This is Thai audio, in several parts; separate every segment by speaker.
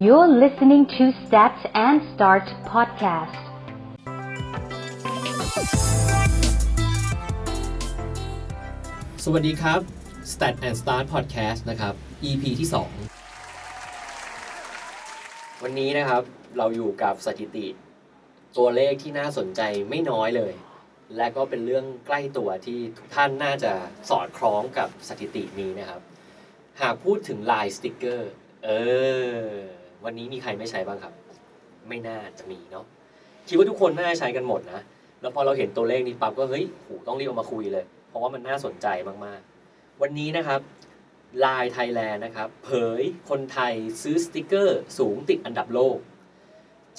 Speaker 1: You're listening to Start and Start podcast.
Speaker 2: สวัสดีครับ Stat and Start Podcast นะครับ EP ที่ 2 วันนี้นะครับเราอยู่กับสถิติ ตัวเลขที่น่าสนใจไม่น้อยเลย และก็เป็นเรื่องใกล้ตัวที่ทุกท่านน่าจะสอดคล้องกับสถิตินี้นะครับ หากพูดถึงลายสติกเกอร์ เออ วันนี้มีใครไม่ใช้บ้างครับ ไม่น่าจะมีเนาะคิดว่าทุกคนน่าจะใช้กันหมดนะ แล้วพอเราเห็นตัวเลขนี้ปั๊บก็เฮ้ยโหต้องรีบเอามาคุยเลย เพราะว่ามันน่าสนใจมาก ๆ วันนี้นะครับลายไทยแลนด์นะครับ เผยคนไทยซื้อสติกเกอร์สูงติดอันดับโลก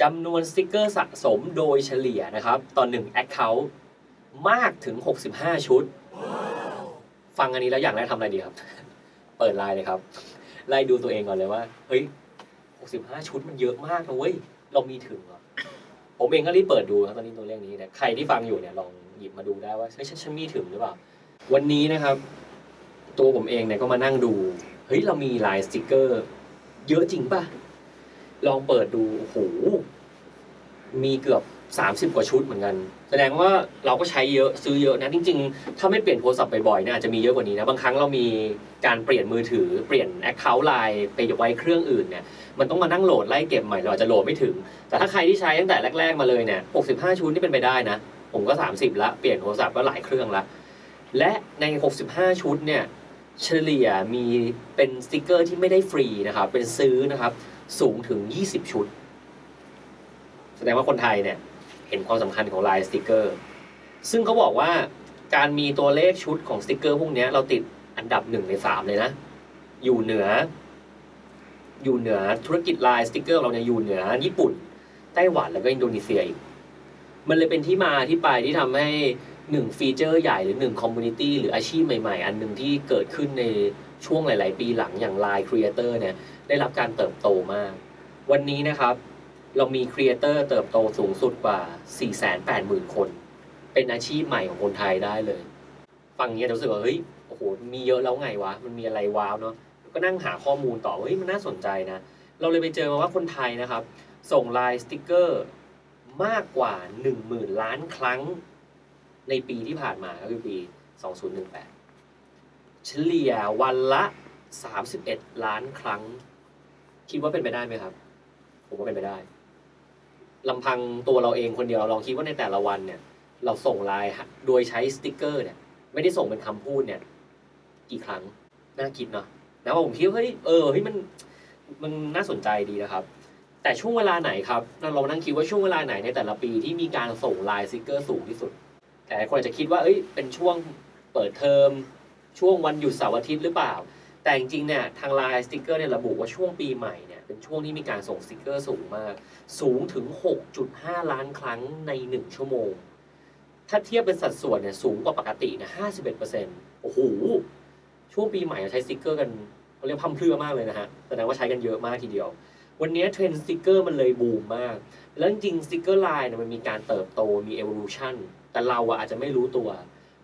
Speaker 2: จำนวนสติกเกอร์สะสมโดยเฉลี่ยนะครับ ต่อหนึ่งแอคเคาท์มากถึง 65 ชุด ฟังอันนี้แล้วอยากแรกทำอะไรดีครับ เปิดไลน์เลยครับ ไล่ดูตัวเองก่อนเลยว่า เฮ้ย 65 ชุดมันเยอะมากนะเว้ย เรามีถึงเหรอ ผมเองก็รีบเปิดดูครับตอนนี้ตัวเลขนี้นะใครที่ฟังอยู่เนี่ยลองหยิบมาดูได้ว่าเฮ้ยฉันฉันมีถึงหรือเปล่า วันนี้นะครับ ตัวผมเองเนี่ยก็มานั่งดู เฮ้ย เรามีลายสติกเกอร์ เยอะจริงป่ะ ลองเปิดดู โอ้โห มีเกือบ 30 กว่าชุดเหมือนกัน แสดงว่าเราก็ใช้เยอะซื้อเยอะนะ จริง ๆ ถ้าไม่เปลี่ยนโทรศัพท์บ่อยๆเนี่ยอาจจะมีเยอะกว่านี้นะ บางครั้งเรามีการเปลี่ยนมือถือ เปลี่ยนแอคเคาท์ไลน์ไปไว้เครื่องอื่นเนี่ย มันต้องมานั่งโหลดไล่เก็บใหม่ เราอาจจะโหลดไม่ถึง แต่ถ้าใครที่ใช้ตั้งแต่แรก ๆ มาเลยเนี่ย 65 ชุดนี่เป็นไปได้นะ ผมก็ 30 ละ เปลี่ยนโทรศัพท์ก็หลายเครื่องละ และใน 65 ชุดเนี่ย เฉลี่ยมีเป็นสติกเกอร์ที่ไม่ได้ฟรีนะครับ เป็นซื้อนะครับ สูงถึง 20 ชุด แสดงว่าคนไทยเนี่ย เห็นความสำคัญของลายสติกเกอร์ ซึ่งเขาบอกว่าการมีตัวเลขชุดของสติกเกอร์พวกเนี้ยเราติดอันดับหนึ่งในสามเลยนะ อยู่เหนือ อยู่เหนือธุรกิจลายสติกเกอร์เราเนี่ยอยู่เหนือญี่ปุ่น ไต้หวันแล้วก็อินโดนีเซียอีก มันเลยเป็นที่มาที่ไปที่ทำให้หนึ่งฟีเจอร์ใหญ่หรือหนึ่งคอมมูนิตี้หรืออาชีพใหม่ๆ อันหนึ่งที่เกิดขึ้นในช่วงหลาย ๆ ปีหลังอย่างไลน์ครีเอเตอร์เนี่ย ได้รับการเติบโตมาก วันนี้นะครับ เรามีครีเอเตอร์เติบโตสูงสุดกว่า 480,000 คน เป็นอาชีพใหม่ของคนไทยได้เลย ฟังอย่างเงี้ยรู้สึกว่าเฮ้ยโอ้โหมีเยอะแล้วไงวะ มันมีอะไรว้าวเนาะก็นั่งหาข้อมูลต่อเฮ้ยมันน่าสนใจนะ เราเลยไปเจอมาว่าคนไทยนะครับ ส่งลายสติกเกอร์มากกว่า 1 0,000 ล้านครั้งในปีที่ผ่านมาก็คือปี 2018 เฉลี่ยวันละ 31 ล้านครั้ง คิดว่าเป็นไปได้ไหมครับ ผมว่าเป็นไปได้ลำพังตัวเราเองคนเดียวเราลองคิดว่าในแต่ละวันเนี่ย เราส่งไลน์โดยใช้สติกเกอร์เนี่ย ไม่ได้ส่งเป็นคำพูดเนี่ย กี่ครั้ง น่าคิดเนาะนะว่าผมคิดว่าเฮ้ยเออเฮ้ยมันมันน่าสนใจดีนะครับ แต่ช่วงเวลาไหนครับเราลองนั่งคิดว่าช่วงเวลาไหนในแต่ละปีที่มีการส่งไลน์สติกเกอร์สูงที่สุด แต่หลายคนอาจจะคิดว่าเอ้ยเป็นช่วงเปิดเทอม ช่วงวันหยุดเสาร์อาทิตย์หรือเปล่า แต่จริงๆเนี่ยทางไลน์สติกเกอร์เนี่ยระบุว่าช่วงปีใหม่เนี่ยเป็นช่วงที่มีการส่งสติกเกอร์สูงมาก สูงถึง 6.5 ล้านครั้งใน 1 ชั่วโมง ถ้าเทียบเป็นสัดส่วนเนี่ยสูงกว่าปกตินะ51%โอ้โห ช่วงปีใหม่เราใช้สติกเกอร์กันเขาเรียกพร่ำเพรื่อมากเลยนะฮะ แสดงว่าใช้กันเยอะมากทีเดียว วันนี้เทรนด์สติกเกอร์มันเลยบูมมาก แล้วจริงๆสติกเกอร์ไลน์เนี่ยมันมีการเติบโต มี evolution แต่เราอะอาจจะไม่รู้ตัว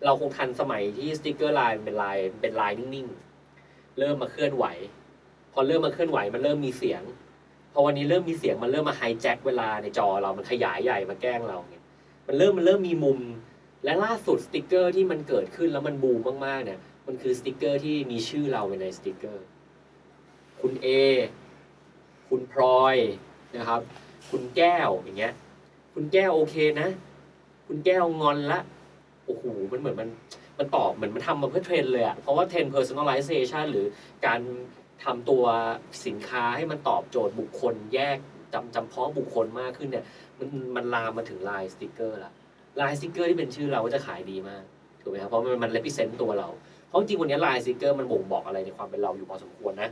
Speaker 2: เราคงทันสมัยที่สติกเกอร์ไลน์เป็นลายเป็นลายนิ่งๆ เริ่มมาเคลื่อนไหว พอเริ่มมาเคลื่อนไหวมันเริ่มมีเสียง พอวันนี้เริ่มมีเสียงมันเริ่มมาไฮแจ็คเวลาในจอเรา มันขยายใหญ่มาแกล้งเราเนี่ย มันเริ่มมันเริ่มมีมุม และล่าสุดสติกเกอร์ที่มันเกิดขึ้นแล้วมันบูมมากๆเนี่ย มันคือสติกเกอร์ที่มีชื่อเราไว้ในสติกเกอร์ คุณ A คุณพลอยนะครับ คุณแก้วอย่างเงี้ย คุณแก้วโอเคนะ คุณแก้วงอนละ โอ้โห มันเหมือนมัน มันตอบเหมือนมันทำมาเพื่อเทรนเลยอะเพราะว่าเทรน personalization หรือการทำตัวสินค้าให้มันตอบโจทย์บุคคลแยกจำจำเพาะบุคคลมากขึ้นเนี่ย มันมันลามมาถึงลายสติกเกอร์ละลายสติกเกอร์ที่เป็นชื่อเราก็จะขายดีมากถูกไหมครับ เพราะมันมัน represent ตัวเรา เพราะจริงๆวันนี้ลายสติกเกอร์มันบ่งบอกอะไรในความเป็นเราอยู่พอสมควรนะ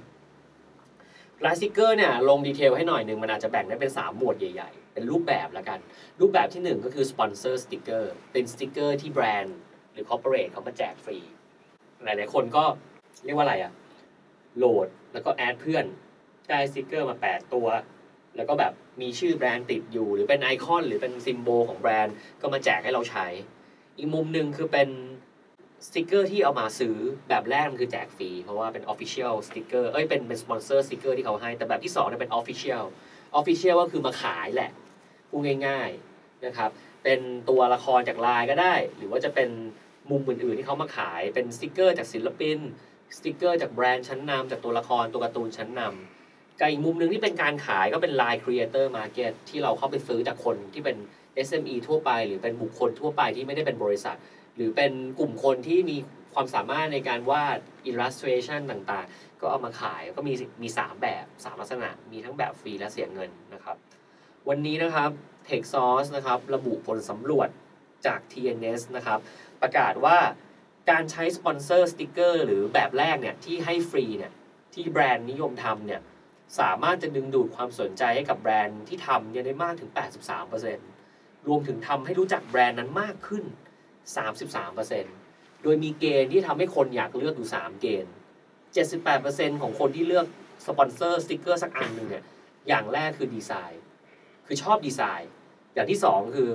Speaker 2: ลายสติกเกอร์เนี่ยลงดีเทลให้หน่อยหนึ่งมันอาจจะแบ่งได้เป็น 3 หมวดใหญ่ๆ เป็นรูปแบบละกัน รูปแบบที่ 1 ก็คือสปอนเซอร์สติกเกอร์เป็นสติกเกอร์ที่แบรนด์ หรือคอร์ปอเรทเขามาแจกฟรี หลายๆคนก็เรียกว่าอะไรอะโหลดแล้วก็แอดเพื่อน ได้สติกเกอร์มา 8 ตัว แล้วก็แบบมีชื่อแบรนด์ติดอยู่ หรือเป็นไอคอน หรือเป็นซิมโบลของแบรนด์ก็มาแจกให้เราใช้ อีกมุมหนึ่งคือเป็น สติกเกอร์ที่เอามาซื้อแบบแรกมันคือแจกฟรีเพราะว่าเป็น Official สติกเกอร์เอ้ยเป็นเป็นสปอนเซอร์สติกเกอร์ที่เขาให้ แต่แบบที่สองเนี่ยเป็น Official Official ก็คือมาขายแหละพูดง่ายๆนะครับเป็นตัวละครจากไลน์ก็ได้ หรือว่าจะเป็นมุมอื่นๆที่เขามาขายเป็นสติกเกอร์จากศิลปิน สติกเกอร์จากแบรนด์ชั้นนำจากตัวละครตัวการ์ตูนชั้นนำกับอีกมุมหนึ่งที่เป็นการขายก็เป็น Line Creator Market ที่เราเข้าไปซื้อจากคนที่เป็น SME ทั่วไป หรือเป็นบุคคลทั่วไปที่ไม่ได้เป็นบริษัท หรือเป็นกลุ่มคนที่มีความสามารถในการวาด illustration ต่างๆ ก็เอามาขายก็มีมี 3 แบบ 3 ลักษณะ มีทั้งแบบฟรีและเสียเงินนะครับ วันนี้นะครับ t e c h s o u r c e นะครับระบุผลสำรวจจาก TNS นะครับ ประกาศว่าการใช้สปอนเซอร์สติกเกอร์หรือแบบแรกเนี่ยที่ให้ฟรีเนี่ยที่แบรนด์นิยมทำเนี่ยสามารถจะดึงดูดความสนใจให้กับแบรนด์ที่ทำเนี่ยได้มากถึง 83%รวมถึงทำให้รู้จักแบรนด์นั้นมากขึ้น 33%โดยมีเกณฑ์ที่ทำให้คนอยากเลือกอยู่ 3 เกณฑ์ 78%ของคนที่เลือกสปอนเซอร์สติกเกอร์สักอันหนึ่งเนี่ยอย่างแรกคือดีไซน์ คือชอบดีไซน์ อย่างที่ 2 คือ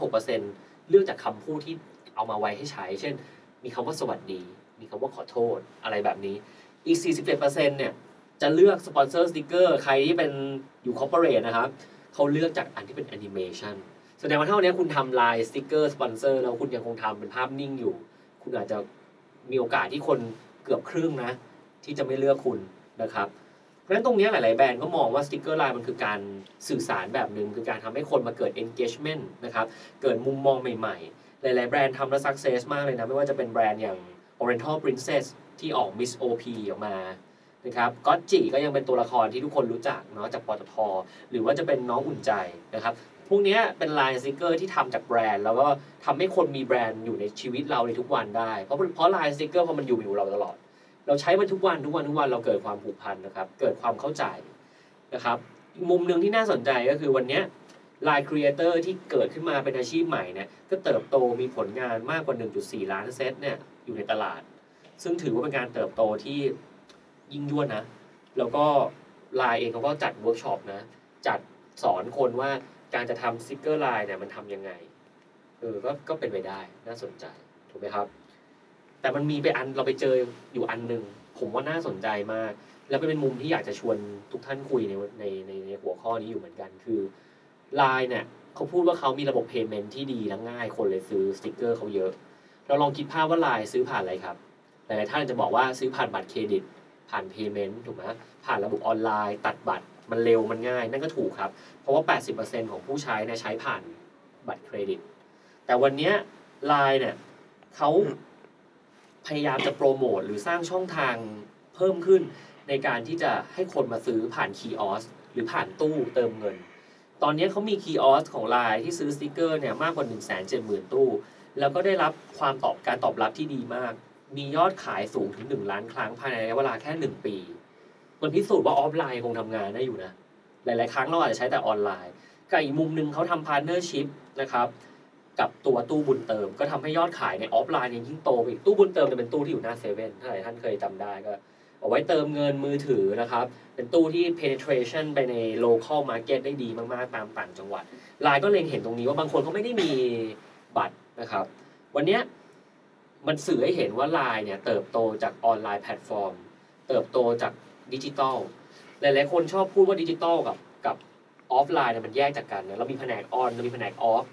Speaker 2: 56%เลือกจากคำพูดที่เอามาไว้ให้ใช้ เช่น มีคำว่าสวัสดี มีคำว่าขอโทษอะไรแบบนี้ อีก 47%เนี่ยจะเลือกสปอนเซอร์สติกเกอร์ใครที่เป็นอยู่คอร์ปอเรทนะครับเขาเลือกจากอันที่เป็นแอนิเมชัน แสดงว่าถ้าวันนี้คุณทำลายสติกเกอร์สปอนเซอร์แล้วคุณยังคงทำเป็นภาพนิ่งอยู่ คุณอาจจะมีโอกาสที่คนเกือบครึ่งนะ ที่จะไม่เลือกคุณนะครับ เพราะฉะนั้นตรงเนี้ยหลาย ๆ แบรนด์ก็มองว่าสติกเกอร์ไลน์มันคือการสื่อสารแบบหนึ่งคือการทำให้คนมาเกิด engagement นะครับ เกิดมุมมองใหม่ ๆ หลาย ๆ แบรนด์ทำแล้ว success มากเลยนะ ไม่ว่าจะเป็นแบรนด์อย่าง Oriental Princess ที่ออก Miss OP ออกมานะครับก็จิก็ยังเป็นตัวละครที่ทุกคนรู้จักเนาะจากปตทหรือว่าจะเป็นน้องอุ่นใจนะครับ พวกเนี้ยเป็นลายสติกเกอร์ที่ทำจากแบรนด์ แล้วก็ทำให้คนมีแบรนด์อยู่ในชีวิตเราในทุกวันได้ เพราะเพราะลายสติกเกอร์พอมันอยู่อยู่เราตลอด เราใช้มันทุกวันทุกวันทุกวันเราเกิดความผูกพันนะครับ เกิดความเข้าใจนะครับอีกมุมหนึ่งที่น่าสนใจก็คือวันเนี้ยลายครีเอเตอร์ที่เกิดขึ้นมาเป็นอาชีพใหม่เนี่ยก็เติบโตมีผลงานมากกว่า 1.4 ล้านเซตเนี่ยอยู่ในตลาด ซึ่งถือว่าเป็นการเติบโตที่ยิ่งยวดนะ แล้วก็ลายเองเขาก็จัดเวิร์กช็อปนะ จัดสอนคนว่าการจะทำสติกเกอร์ลายเนี่ยมันทำยังไง เออก็ก็เป็นไปได้น่าสนใจ ถูกไหมครับ แต่มันมีไปอันเราไปเจออยู่อันหนึ่งผมว่าน่าสนใจมาก แล้วเป็นมุมที่อยากจะชวนทุกท่านคุยในในในในหัวข้อนี้อยู่เหมือนกันคือลายเนี่ยเขาพูดว่าเขามีระบบ payment ที่ดีและง่ายคนเลยซื้อสติกเกอร์เขาเยอะ เราลองคิดภาพว่าลายซื้อผ่านอะไรครับ หลายๆท่านจะบอกว่าซื้อผ่านบัตรเครดิต ผ่าน payment ถูกไหมผ่านระบบออนไลน์ ตัดบัตรมันเร็วมันง่าย นั่นก็ถูกครับ เพราะว่า 80%ของผู้ใช้เนี่ยใช้ผ่านบัตรเครดิต แต่วันเนี้ยไลน์เนี่ยเขาพยายามจะโปรโมทหรือสร้างช่องทางเพิ่มขึ้น ในการที่จะให้คนมาซื้อผ่านคีออสหรือผ่านตู้เติมเงิน ตอนเนี้ยเขามีคีออสของไลน์ที่ซื้อสติกเกอร์เนี่ยมากกว่า 1 7 0 0 0 0 ตู้ แล้วก็ได้รับความตอบการตอบรับที่ดีมาก มียอดขายสูงถึง 1 ล้านครั้งภายในระยะเวลาแค่ 1 ปี มันพิสูจน์ว่าออฟไลน์คงทำงานได้อยู่นะ หลาย ๆ ครั้งเราอาจจะใช้แต่ออนไลน์กับอีกมุมหนึ่งเขาทำพาร์เนอร์ชิพนะครับ กับตัวตู้บุญเติม ก็ทำให้ยอดขายในออฟไลน์เนี่ยยิ่งโตไปอีกตู้บุญเติมเนี่ยเป็นตู้ที่อยู่หน้าเซเว่นถ้าหลายท่านเคยจำได้ก็ เอาไว้เติมเงินมือถือนะครับ เป็นตู้ที่ penetration ไปใน local market ได้ดีมากๆ ตามต่างจังหวัดไลน์ก็เล็งเห็นตรงนี้ว่าบางคนเขาไม่ได้มีบัตรนะครับ วันเนี้ยมันสื่อให้เห็นว่าไลน์เนี่ยเติบโตจากออนไลน์แพลตฟอร์ม เติบโตจากดิจิตอลหลายๆคนชอบพูดว่าดิจิตอลกับกับออฟไลน์เนี่ยมันแยกจากกันนะเรามีแผนกออนเรามีแผนกออฟ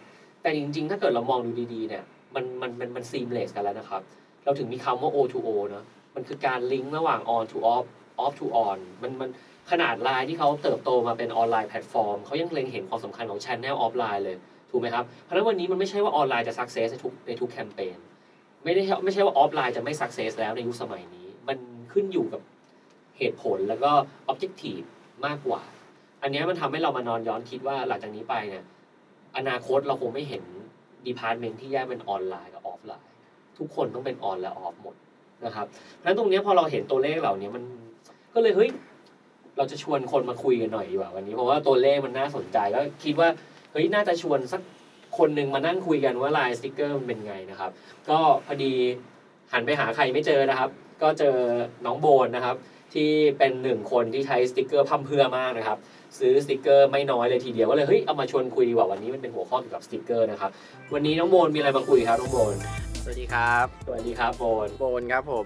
Speaker 2: แต่จริงๆ ถ้าเกิดเรามองดูดีๆเนี่ยมันมันมันมันซีมเลสกันแล้วนะครับ เราถึงมีคำว่า O2O เนอะมันคือการลิงก์ระหว่าง on to off off to on มันมันขนาดไลน์ที่เขาเติบโตมาเป็นออนไลน์แพลตฟอร์มเขายังเล็งเห็นความสำคัญของช n แนลออฟไลน์เลย ถูกไหมครับ เพราะฉะนั้นวันนี้มันไม่ใช่ว่าออนไลน์จะสักเซสในทุกในทุกแคมเปญไม่ได้ไม่ใช่ว่าออฟไลน์จะไม่สักเซสแล้วในยุคสมัยนี้ มันขึ้นอยู่กับเหตุผลแล้วก็ออบเจกตีฟมากกว่า อันเนี้ยมันทำให้เรามานอนย้อนคิดว่าหลังจากนี้ไปเนี่ยอนาคตเราคงไม่เห็นดีพาร์ตเมนที่แยกเป็นออนไลน์กับออฟไลน์ ทุกคนต้องเป็นออนและออฟหมดนะครับเพราะฉะนั้นตรงเนี้ยพอเราเห็นตัวเลขเหล่านี้มันก็เลยเฮ้ยเราจะชวนคนมาคุยกันหน่อยดีกว่าวันนี้เพราะว่าตัวเลขมันน่าสนใจก็คิดว่า เฮ้ย น่าจะชวนสักคนหนึ่งมานั่งคุยกันว่าลายสติกเกอร์มันเป็นไงนะครับ ก็พอดีหันไปหาใครไม่เจอนะครับ ก็เจอน้องโบนนะครับ ที่เป็นหนึ่งคนที่ใช้สติกเกอร์พั่มเพรื่อมากนะครับ ซื้อสติกเกอร์ไม่น้อยเลยทีเดียวก็เลยเฮ้ยเอามาชวนคุยดีกว่าวันนี้มันเป็นหัวข้อเกี่ยวกับสติกเกอร์นะครับ วันนี้น้องโบนมีอะไรมาคุยครับน้องโบน
Speaker 3: ส สวัสดีครับ
Speaker 2: สวัสดีครับโบน
Speaker 3: โบนครับผม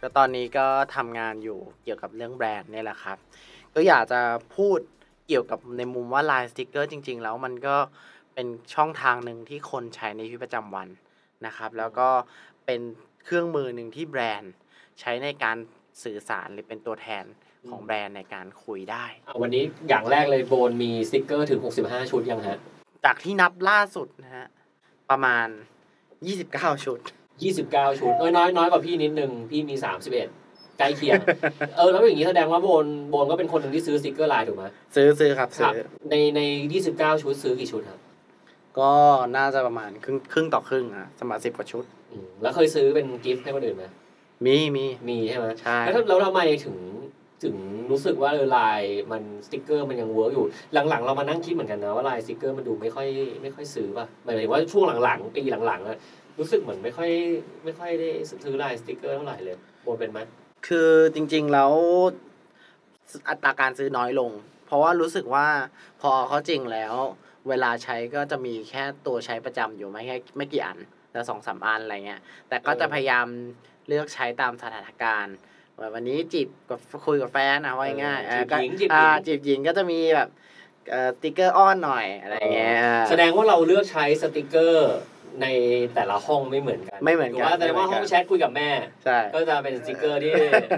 Speaker 3: ก็ตอนนี้ก็ทำงานอยู่เกี่ยวกับเรื่องแบรนด์เนี่ยแหละครับ ก็อยากจะพูดเกี่ยวกับในมุมว่าลายสติกเกอร์จริง ๆ แล้วมันก็เป็นช่องทางหนึ่งที่คนใช้ในชีวิตประจำวันนะครับ แล้วก็เป็นเครื่องมือหนึ่งที่แบรนด์ ใช้ในการสื่อสารหรือเป็นตัวแทนของแบรนด์ในการคุยได้
Speaker 2: อ่ะวันนี้อย่างแรกเลยโบนมีสติกเกอร์ถึง 65 ชุดยังฮะ
Speaker 3: จากที่นับล่าสุดนะฮะประมาณ 29 ชุด
Speaker 2: 29 ชุดน้อยน้อยน้อยกว่าพี่นิดนึง พี่มี 31 ใกล้เคียง เออ แล้วอย่างนี้แสดงว่าโบนโบนก็เป็นคนหนึ่งที่ซื้อสติกเกอร์ลายถูกไหม
Speaker 3: ซื้อซื้อครับซื้อ
Speaker 2: ในใน 29 ชุดซื้อกี่ชุดครับ
Speaker 3: ก็น่าจะประมาณครึ่งครึ่งต่อครึ่งอะสมัครสิบกว่าชุด
Speaker 2: อืมแล้วเคยซื้อเป็นกิฟต์ให้คนอื่นไหม
Speaker 3: มีมี
Speaker 2: มีใช่ไหม
Speaker 3: ใช่
Speaker 2: แล้วถ้าแล้วทำไมถึงถึงรู้สึกว่าเออลายมันสติกเกอร์มันยังเวิร์กอยู่ หลังๆ เรามานั่งคิดเหมือนกันนะว่าลายสติกเกอร์มันดูไม่ค่อยไม่ค่อยซื้อป่ะหมายถึงว่าช่วงหลังๆปีหลังๆอะรู้สึกเหมือนไม่ค่อยไม่ค่อยได้ซื้อลายสติกเกอร์เท่าไหร่เลยโบนเป็นไหม
Speaker 3: คือจริงๆแล้วอัตราการซื้อน้อยลง เพราะว่ารู้สึกว่าพอเขาจริงแล้ว เวลาใช้ก็จะมีแค่ตัวใช้ประจำอยู่ไม่แค่ไม่กี่อันแต่สองสามอันอะไรเงี้ย แต่ก็จะพยายามเลือกใช้ตามสถานการณ์แบบวันนี้จีบกับคุยกับแฟนนะว่าง่ายๆ
Speaker 2: เอ
Speaker 3: เอ่
Speaker 2: อ
Speaker 3: อ
Speaker 2: จีบ
Speaker 3: ก็
Speaker 2: หญิงจีบห
Speaker 3: อ่า
Speaker 2: ญิง
Speaker 3: จีบหญิงก็จะมีแบบเอ่อสติ๊กเกอร์อ้อนหน่อยอะไรเงี้ย
Speaker 2: แสดงว่าเราเลือกใช้สติกเกอร์ในแต่ละห้องไม่เหมือนกัน
Speaker 3: ไม่เหมือนกัน
Speaker 2: ถูว่าแสดงว่าห้อง
Speaker 3: ไม่เหมือนกัน
Speaker 2: แชทคุยกับแม่
Speaker 3: ใช่
Speaker 2: ก็จะเป็นสติกเกอร์ที่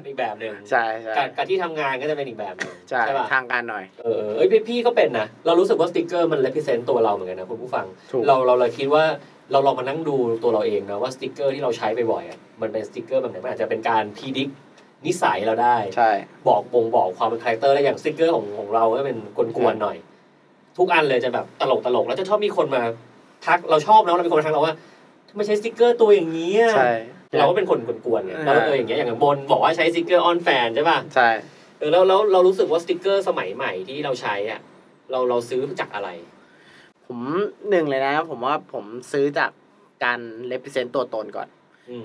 Speaker 2: อีกแบบหนึ่ง
Speaker 3: ใช่ใช่
Speaker 2: กับกับที่ทำงานก็จะเป็นอีกแบบหนึ่ง
Speaker 3: ใช่
Speaker 2: ใช่ป่ะ
Speaker 3: ทางการหน่อย
Speaker 2: เออเอ้ยพี่พี่ก็เป็นนะเรารู้สึกว่าสติกเกอร์มัน represent ตัวเราเหมือนกันนะคุณผู้ฟัง
Speaker 3: ถูก
Speaker 2: เราเราเลยคิดว่าเราลองมานั่งดูตัวเราเองนะว่าสติกเกอร์ที่เราใช้บ่อยๆอ่ะมันเป็นสติกเกอร์แบบไหนมันอาจจะเป็นการพีดิกนิสัยเราได้
Speaker 3: ใช่
Speaker 2: บอกบ่งบอกความเป็นคาแรคเตอร์ได้อย่างสติกเกอร์ของของเราก็เป็นกวนๆหน่อย ทุกอันเลยจะแบบตลกตลกๆแล้วจะชอบมีคนมาทักเราชอบนะเราเป็นคนมาทักเราว่าทำไมใช้สติกเกอร์ตัวอย่างนี้อะ
Speaker 3: ใช่
Speaker 2: เราก็เป็นคนกวนๆไงเราก็เอออย่างเงี้ยอย่างบนบอกว่าใช้สติกเกอร์ออนแฟนใช่ป่ะ
Speaker 3: ใช่
Speaker 2: เออแล้วแล้วเรารู้สึกว่าสติกเกอร์สมัยใหม่ที่เราใช้อ่ะเราเราซื้อจากอะไร
Speaker 3: ผมหนึ่งเลยนะ ผมว่าผมซื้อจากการ represent ตัวตนก่อน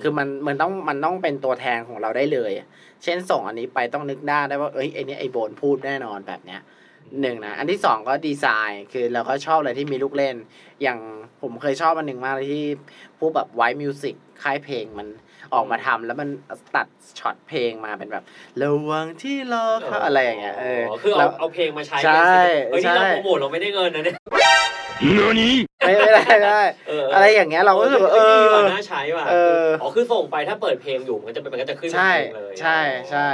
Speaker 3: คือมันมันต้องมันต้องเป็นตัวแทนของเราได้เลย เช่นส่งอันนี้ไปต้องนึกหน้าได้ว่าเอ้ยไอเนี้ยไอโบนพูดแน่นอนแบบเนี้ยหนึ่งนะ อันที่สองก็ดีไซน์คือเราก็ชอบอะไรที่มีลูกเล่น อย่างผมเคยชอบอันหนึ่งมากเลยที่พวกแบบไวท์มิวสิกค่ายเพลงมันออกมาทำแล้วมันตัดช็อตเพลงมาเป็นแบบระวังที่รอเขาอะไรอย่างเงี้ยเออ
Speaker 2: คือ
Speaker 3: แล้
Speaker 2: เอา
Speaker 3: ว
Speaker 2: เอาเพลงมาใช้
Speaker 3: ใช่
Speaker 2: เป็นสิ่งที่เฮ้ยนี่เรา
Speaker 3: ใช่
Speaker 2: โปรโมทเราไม่ได้เงินนะเนี่ย
Speaker 4: 何
Speaker 3: ไม่ไม่ได้ไม่ได้
Speaker 2: เออ
Speaker 3: อะไรอย่างเงี้ยเราก็รู้สึกว่าเอ
Speaker 2: เออ
Speaker 3: อ
Speaker 2: น่าใช้ว่ะ
Speaker 3: เออ
Speaker 2: อ๋อคือส่งไปถ้าเปิดเพลงอยู่มันจะเป็นมันก็จะขึ้น
Speaker 3: ใช่
Speaker 2: เพลงเลย
Speaker 3: ใช่ใช่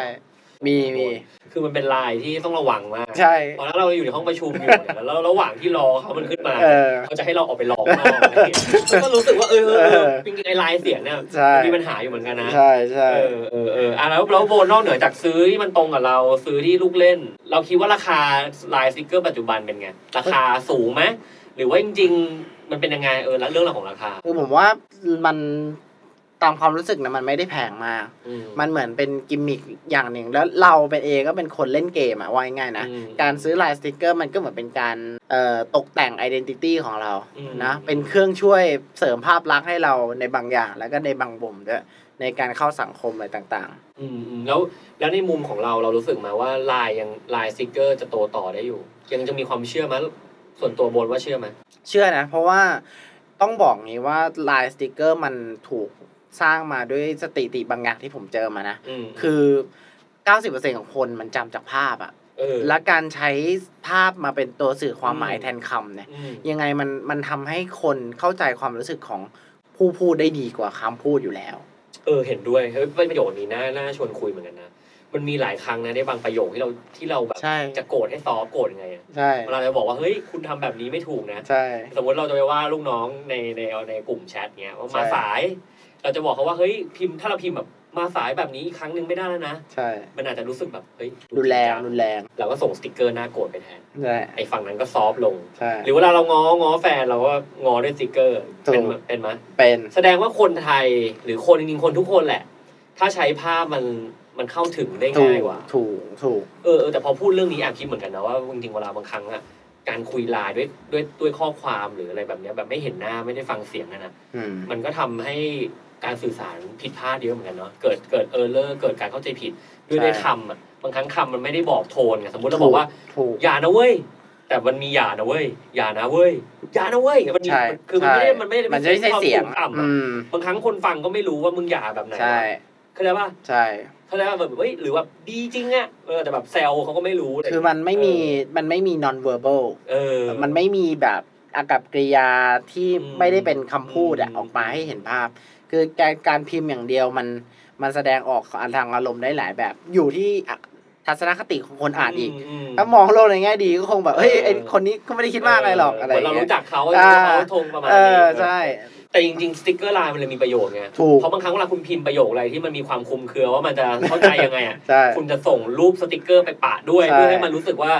Speaker 3: มีมี
Speaker 2: คือมันเป็นลายที่ต้องระวังมาก
Speaker 3: ใช่
Speaker 2: ตอนนั้นเราอยู่ในห้องประชุมอยู่เนี่ยแล้วแล้วระหว่างที่รอเขามันขึ้นมา
Speaker 3: เออ
Speaker 2: เขาจะให้เราออกไปลองนอกอะไรอย่างเงี้ยแล้วก็รู้สึกว่าเออเออเออจริงๆไอ้ลายเสียงเนี่ย
Speaker 3: ใช่
Speaker 2: มันมีปัญหาอยู่เหมือนกันนะ
Speaker 3: ใช่ใช่
Speaker 2: เออเออเอออ่ะแล้วแล้วโบนอกเหนือจากซื้อที่มันตรงกับเราซื้อที่ลูกเล่น เราคิดว่าราคาลายสติกเกอร์ปัจจุบันเป็นไง ราคาสูงไหมหรือว่าจริง ๆ มันเป็นยังไงเออแล้วเรื่องราวของราคา
Speaker 3: คือผมว่ามันตามความรู้สึกนะมันไม่ได้แพงมาก
Speaker 2: อืม
Speaker 3: มันเหมือนเป็นกิมมิคอย่างหนึ่ง แล้วเราเป็นเองก็เป็นคนเล่นเกมอะว่าง่ายๆนะ
Speaker 2: อืม
Speaker 3: การซื้อลายสติกเกอร์มันก็เหมือนเป็นการเอ่อตกแต่งไอดีนิตี้ของเรา
Speaker 2: อืม
Speaker 3: นะเป็นเครื่องช่วยเสริมภาพลักษณ์ให้เราในบางอย่าง แล้วก็ในบางบุมด้วยในการเข้าสังคมอะไรต่าง
Speaker 2: อืมอืมแล้วแล้วในมุมของเราเรารู้สึกไหมาว่าลายยังลายสติกเกอร์จะโตต่อได้อยู่ ยังจะมีความเชื่อไหมั้ยส่วนตัวโบนว่าเชื่อไหม
Speaker 3: เชื่อนะ เพราะว่าต้องบอกงี้ว่าลายสติกเกอร์มันถูกสร้างมาด้วยสติติบางอย่างที่ผมเจอมานะ
Speaker 2: อืม
Speaker 3: คือ 90%ของคนมันจำจากภาพอะ
Speaker 2: เออ
Speaker 3: และการใช้ภาพมาเป็นตัวสื่อความหมาย
Speaker 2: อืม
Speaker 3: แทนคำเนี่ย
Speaker 2: อืม
Speaker 3: ยังไงมันมันทำให้คนเข้าใจความรู้สึกของผู้พูดได้ดีกว่าคำพูดอยู่แล้ว
Speaker 2: เออเห็นด้วยเฮ้ยประโยคนี้น่าน่าชวนคุยเหมือนกันนะมันมีหลายครั้งนะในบางประโยคที่เราที่เราแบบ
Speaker 3: ใช่
Speaker 2: จะโกรธให้ซอฟต์โกรธยังไงอะ
Speaker 3: ใช่
Speaker 2: เราจะบอกว่าเฮ้ยคุณทำแบบนี้ไม่ถูกนะ
Speaker 3: ใช่
Speaker 2: สมมติเราจะไปว่าลูกน้องในในในกลุ่มแชทเงี้ยว่ามา
Speaker 3: ใช่
Speaker 2: สาย เราจะบอกเขาว่าเฮ้ยพิมพ์ถ้าเราพิมพ์แบบมาสายแบบนี้อีกครั้งหนึ่งไม่ได้แล้วนะ
Speaker 3: ใช่
Speaker 2: มันอาจจะรู้สึกแบบเฮ้ย
Speaker 3: รุนแรง
Speaker 2: จ
Speaker 3: รุ
Speaker 2: จั
Speaker 3: นแรง
Speaker 2: เราก็ส่งสติกเกอร์หน้าโกรธไปแทน
Speaker 3: ใช่
Speaker 2: ไอ้ฝั่งนั้นก็ซอฟต์ลง
Speaker 3: ใช่
Speaker 2: หรือเวลาเราง้อง้อแฟนเราก็ง้อด้วยสติกเกอร์
Speaker 3: ถูก
Speaker 2: เป็นมั้ยเป็นมย
Speaker 3: เป็น
Speaker 2: แสดงว่าคนไทยหรือคนจริงๆคนทุกคนแหละ ถ้าใช้ภาพมันมันเข้าถึงได้
Speaker 3: ถู
Speaker 2: ง่าย
Speaker 3: ก
Speaker 2: กว่า
Speaker 3: ถูกถูก
Speaker 2: เออเออแต่พอพูดเรื่องนี้แอบคิดเหมือนกันนะว่าจริงๆเวลาบางครั้งอะการคุยไลน์ด้วยด้วยด้วยข้อความหรืออะไรแบบเนี้ยแบบไม่เห็นหน้าไม่ได้ฟังเสียงอะนะ
Speaker 3: อืม
Speaker 2: มันก็ทำให้การสื่อสารผิดพลาดเยอะเหมือนกันเนาะเกิดเกิดเออเลอร์เกิดการเข้าใจผิดด้วย
Speaker 3: ใช่
Speaker 2: ด้วยคำอะบางครั้งคำมันไม่ได้บอกโทนไงสมมติเราบอกว่า
Speaker 3: ถูก
Speaker 2: อย่านะเว้ยแต่ แต่มันมีอย่านะเว้ยอย่านะเว้ยอย่านะเว้ยมันมี
Speaker 3: ใช่
Speaker 2: คือมันไม่ได้มันไม่ได้
Speaker 3: มันจะไม่ใช่เสียง
Speaker 2: ความสูต่ำ
Speaker 3: อื
Speaker 2: อะ
Speaker 3: ม
Speaker 2: บางครั้งคนฟังก็ไม่รู้ว่ามึงอย่าแบบไหน
Speaker 3: ใช่
Speaker 2: เข้าใจป่ะ
Speaker 3: ใช่
Speaker 2: เข้าใจป่ะแบบเฮ้ยหรือว่าดีจริงอ่ะเออแต่แบบแซวเขาก็ไม่รู้เลย
Speaker 3: คือมันไม่มีมันไม่มี non verbal
Speaker 2: เออ
Speaker 3: มันไม่มีแบบอากับกริยาที่
Speaker 2: อืม
Speaker 3: ไม่ได้เป็นคำพูดอะ
Speaker 2: อืม
Speaker 3: ออกมาให้เห็นภาพ คือการการพิมพ์อย่างเดียวมันมันแสดงออกทางอารมณ์ได้หลายแบบ อยู่ที่อะทัศนคติของคนอ่านอีก
Speaker 2: ม
Speaker 3: ถ้ามองโลกในแง่ดีก็คงแบบเฮ้ย
Speaker 2: เออ
Speaker 3: ไอคนนี้ก็ไม่ได้คิดมากอะไรหรอกอะไรอ
Speaker 2: เมืน
Speaker 3: ย่าง
Speaker 2: เรา
Speaker 3: เงี้
Speaker 2: รู้
Speaker 3: ย
Speaker 2: จักเขา
Speaker 3: อ่า
Speaker 2: เขาทงประมาณ
Speaker 3: เอ
Speaker 2: นี้
Speaker 3: อใช่
Speaker 2: แต่จริงๆสติกเกอร์ไลน์มันเลยมีประโยชน์ไง
Speaker 3: ถูก
Speaker 2: เพราะบางครั้งเวลาคุณพิมพ์ประโยคอะไรที่มันมีความคลุมเครือว่ามันจะเข้าใจยังไงอ่ะ
Speaker 3: ใช่
Speaker 2: คุณจะส่งรูปสติกเกอร์ไปปะด้วย
Speaker 3: ใช่
Speaker 2: เพื่อให้มันรู้สึกว่า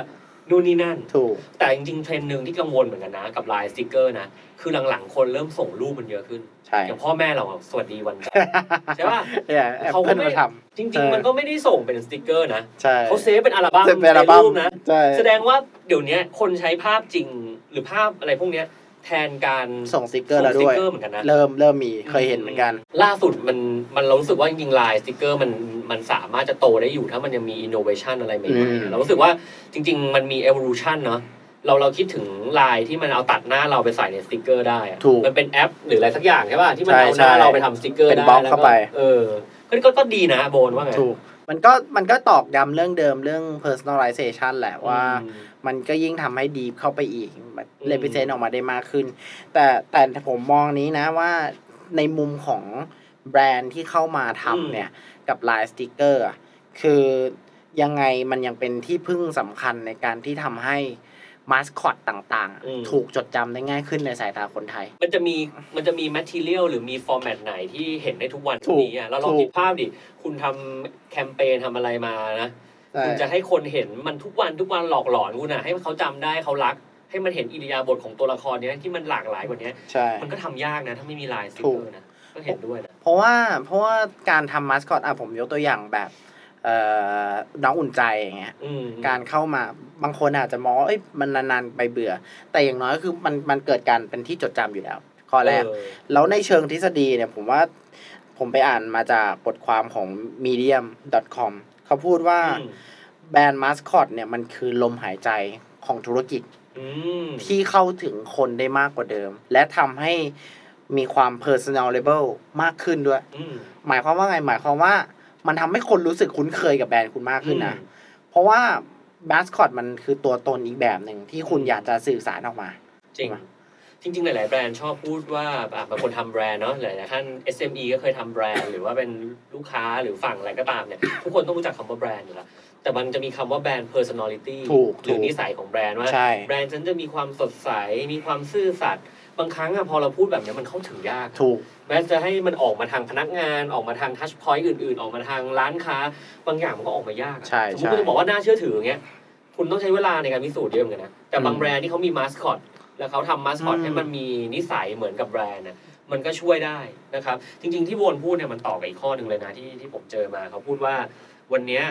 Speaker 2: นู่นนี่นั่น
Speaker 3: ถูก
Speaker 2: แต่จริงๆเทรนด์หนึ่งที่กังวลเหมือนกันนะ กับไลน์สติกเกอร์นะ คือหลังๆ คนเริ่มส่งรูปมันเยอะขึ้น
Speaker 3: ใช่
Speaker 2: อย่างพ่อแม่เราอะสวัสดีวันจันทร์ ใช่ปะ
Speaker 3: เนี่ยแอป
Speaker 2: เขาก็
Speaker 3: เปิล
Speaker 2: ไม่
Speaker 3: มาท
Speaker 2: จริ
Speaker 3: เอง อ
Speaker 2: ๆ มันก็ไม่ได้ส่งเป็นสติกเกอร์นะ
Speaker 3: ำใช่
Speaker 2: เขาเซฟเป็นอัลบั้ม
Speaker 3: เซฟเป็นอัลบั้ม
Speaker 2: รูปนะ
Speaker 3: ใช่
Speaker 2: แสดงว่าเดี๋ยวนี้คนใช้ภาพจริงหรือภาพอะไรพวกเนี้ยแทนการ
Speaker 3: ส่งสติกเกอร์แล้ว
Speaker 2: ส
Speaker 3: ด้วย
Speaker 2: เกอร์เหมือนกันนะ
Speaker 3: เริ่มเริ่มมีเคยเห็นเหมือนกัน
Speaker 2: ล่าสุดมันมันเรารู้สึกว่าจริงๆไลน์สติกเกอร์มันมันสามารถจะโตได้อยู่ถ้ามันยังมีอินโนเวชันอะไรใหม่
Speaker 3: อืม
Speaker 2: ๆเรารู้สึกว่าจริง ๆ มันมีเอ o ว u ชันเนาะเราเราคิดถึงไลน์ที่มันเอาตัดหน้าเราไปใส่ในสติกเกอร์ได้อะ
Speaker 3: ถูก
Speaker 2: มันเป็นแอปหรืออะไรสักอย่างใช่ป่ะที่มัน
Speaker 3: ใช่
Speaker 2: เอาหน้า
Speaker 3: ใช่
Speaker 2: เราไปทำสติกเกอร์
Speaker 3: เป็น
Speaker 2: ได้
Speaker 3: บล็อก
Speaker 2: แล้ว
Speaker 3: เข้าไป
Speaker 2: เออก็ก็ก็ดีนะโบนว่าไง
Speaker 3: ถูก มันก็มันก็ตอกย้ำเรื่องเดิมเรื่อง personalization แหละว่า
Speaker 2: อืม
Speaker 3: มันก็ยิ่งทำให้ดีเข้าไปอีกแบบ
Speaker 2: อืม
Speaker 3: เลเ e เซนออกมาได้มากขึ้น แต่แต่ผมมองนี้นะว่าในมุมของแบรนด์ที่เข้ามาทำเนี่ย กับลายสติกเกอร์อะคือยังไงมันยังเป็นที่พึ่งสำคัญในการที่ทำให้มาสคอตต่างๆอะ
Speaker 2: อืม
Speaker 3: ถูกจดจำได้ง่ายขึ้นในสายตาคนไทย
Speaker 2: มันจะมีมันจะมีแมทเทียลหรือมีฟอร์แมตไหนที่เห็นได้ทุกวัน
Speaker 3: ถูก
Speaker 2: นี้อ่ะเราลอง
Speaker 3: ถูก
Speaker 2: คิดภาพดิคุณทำแคมเปญทำอะไรมานะ คุณจะให้คนเห็นมันทุกวันทุกวันหลอกหลอนคุณอ่ะให้เขาจำได้เขารัก ให้มันเห็นอิริยาบถของตัวละครเนี้ยที่มันหลากหลายกว่าเนี้ย
Speaker 3: ใช่
Speaker 2: มันก็ทำยากนะ ถ้าไม่มีลายสติก
Speaker 3: ถู
Speaker 2: เก
Speaker 3: ก
Speaker 2: อร์นะก็เห็นด้วยนะ
Speaker 3: เพราะว่าเพราะว่าการทำมาสคอตอ่ะผมยกตัวอย่างแบบเอ่อน้องอุ่นใจอย่างเงี้ย
Speaker 2: อืม
Speaker 3: การเข้ามาบางคนอาจจะมองว่าเอ้ยมันนานๆไปเบื่อ แต่อย่างน้อยคือมันมันเกิดการเป็นที่จดจำอยู่แล้ว ข้อแรก
Speaker 2: เออ
Speaker 3: แล้วในเชิงทฤษฎีเนี่ยผมว่าผมไปอ่านมาจากบทความของ medium.com เขาพูดว่า
Speaker 2: อืม
Speaker 3: แบรนด์มาสคอตเนี่ยมันคือลมหายใจของธุรกิจ
Speaker 2: อืม
Speaker 3: ที่เข้าถึงคนได้มากกว่าเดิม และทำให้มีความ personalizable มากขึ้นด้วย
Speaker 2: อืม
Speaker 3: หมายความว่าไงหมายความว่ามันทำให้คนรู้สึกคุ้นเคยกับแบรนด์คุณมากขึ้นนะ เพราะว่ามาสคอตมันคือตัวตนอีกแบบหนึ่งที่คุณอยากจะสื่อสารออกมา
Speaker 2: จริง จริง ๆ หลาย ๆ แบรนด์ชอบพูดว่าอ่ะบางคนทำแบรนด์เนาะหลายๆท่าน SME ก็เคยทำแบรนด์ หรือว่าเป็นลูกค้าหรือฝั่งอะไรก็ตามเนี่ยทุกคนต้องรู้จักคำว่าแบรนด์อยู่แล้วแต่มันจะมีคำว่าแบรนด์ personality
Speaker 3: ถูก
Speaker 2: หรือ
Speaker 3: ถูก
Speaker 2: นิสัยของแบรนด์ว่า
Speaker 3: ใช่
Speaker 2: แบรนด์ฉันจะมีความสดใส มีความซื่อสัตย์ บางครั้งอะพอเราพูดแบบเนี้ยมันเข้าถึงยากอะ
Speaker 3: ถูก
Speaker 2: แบรนด์จะให้มันออกมาทางพนักงาน ออกมาทางทัชพอยต์อื่นๆ ออกมาทางร้านค้า บางอย่างมันก็ออกมายากอะ
Speaker 3: ใช่
Speaker 2: สมมติ
Speaker 3: ใช่
Speaker 2: คุณจะบอกว่าน่าเชื่อถืออย่างเงี้ย คุณต้องใช้เวลาในการพิสูจน์เยอะเหมือนกันนะ แต่บาง
Speaker 3: อืม
Speaker 2: แบรนด์ที่เขามีมาสคอต แล้วเขาทำมาสคอต
Speaker 3: อืม
Speaker 2: ให้มันมีนิสัยเหมือนกับแบรนด์นะมันก็ช่วยได้นะครับ จริงๆที่วนพูดเนี่ยมันต่อกับอีกข้อหนึ่งเลยนะที่ที่ผมเจอมาเขาพูดว่าวันเนี้ย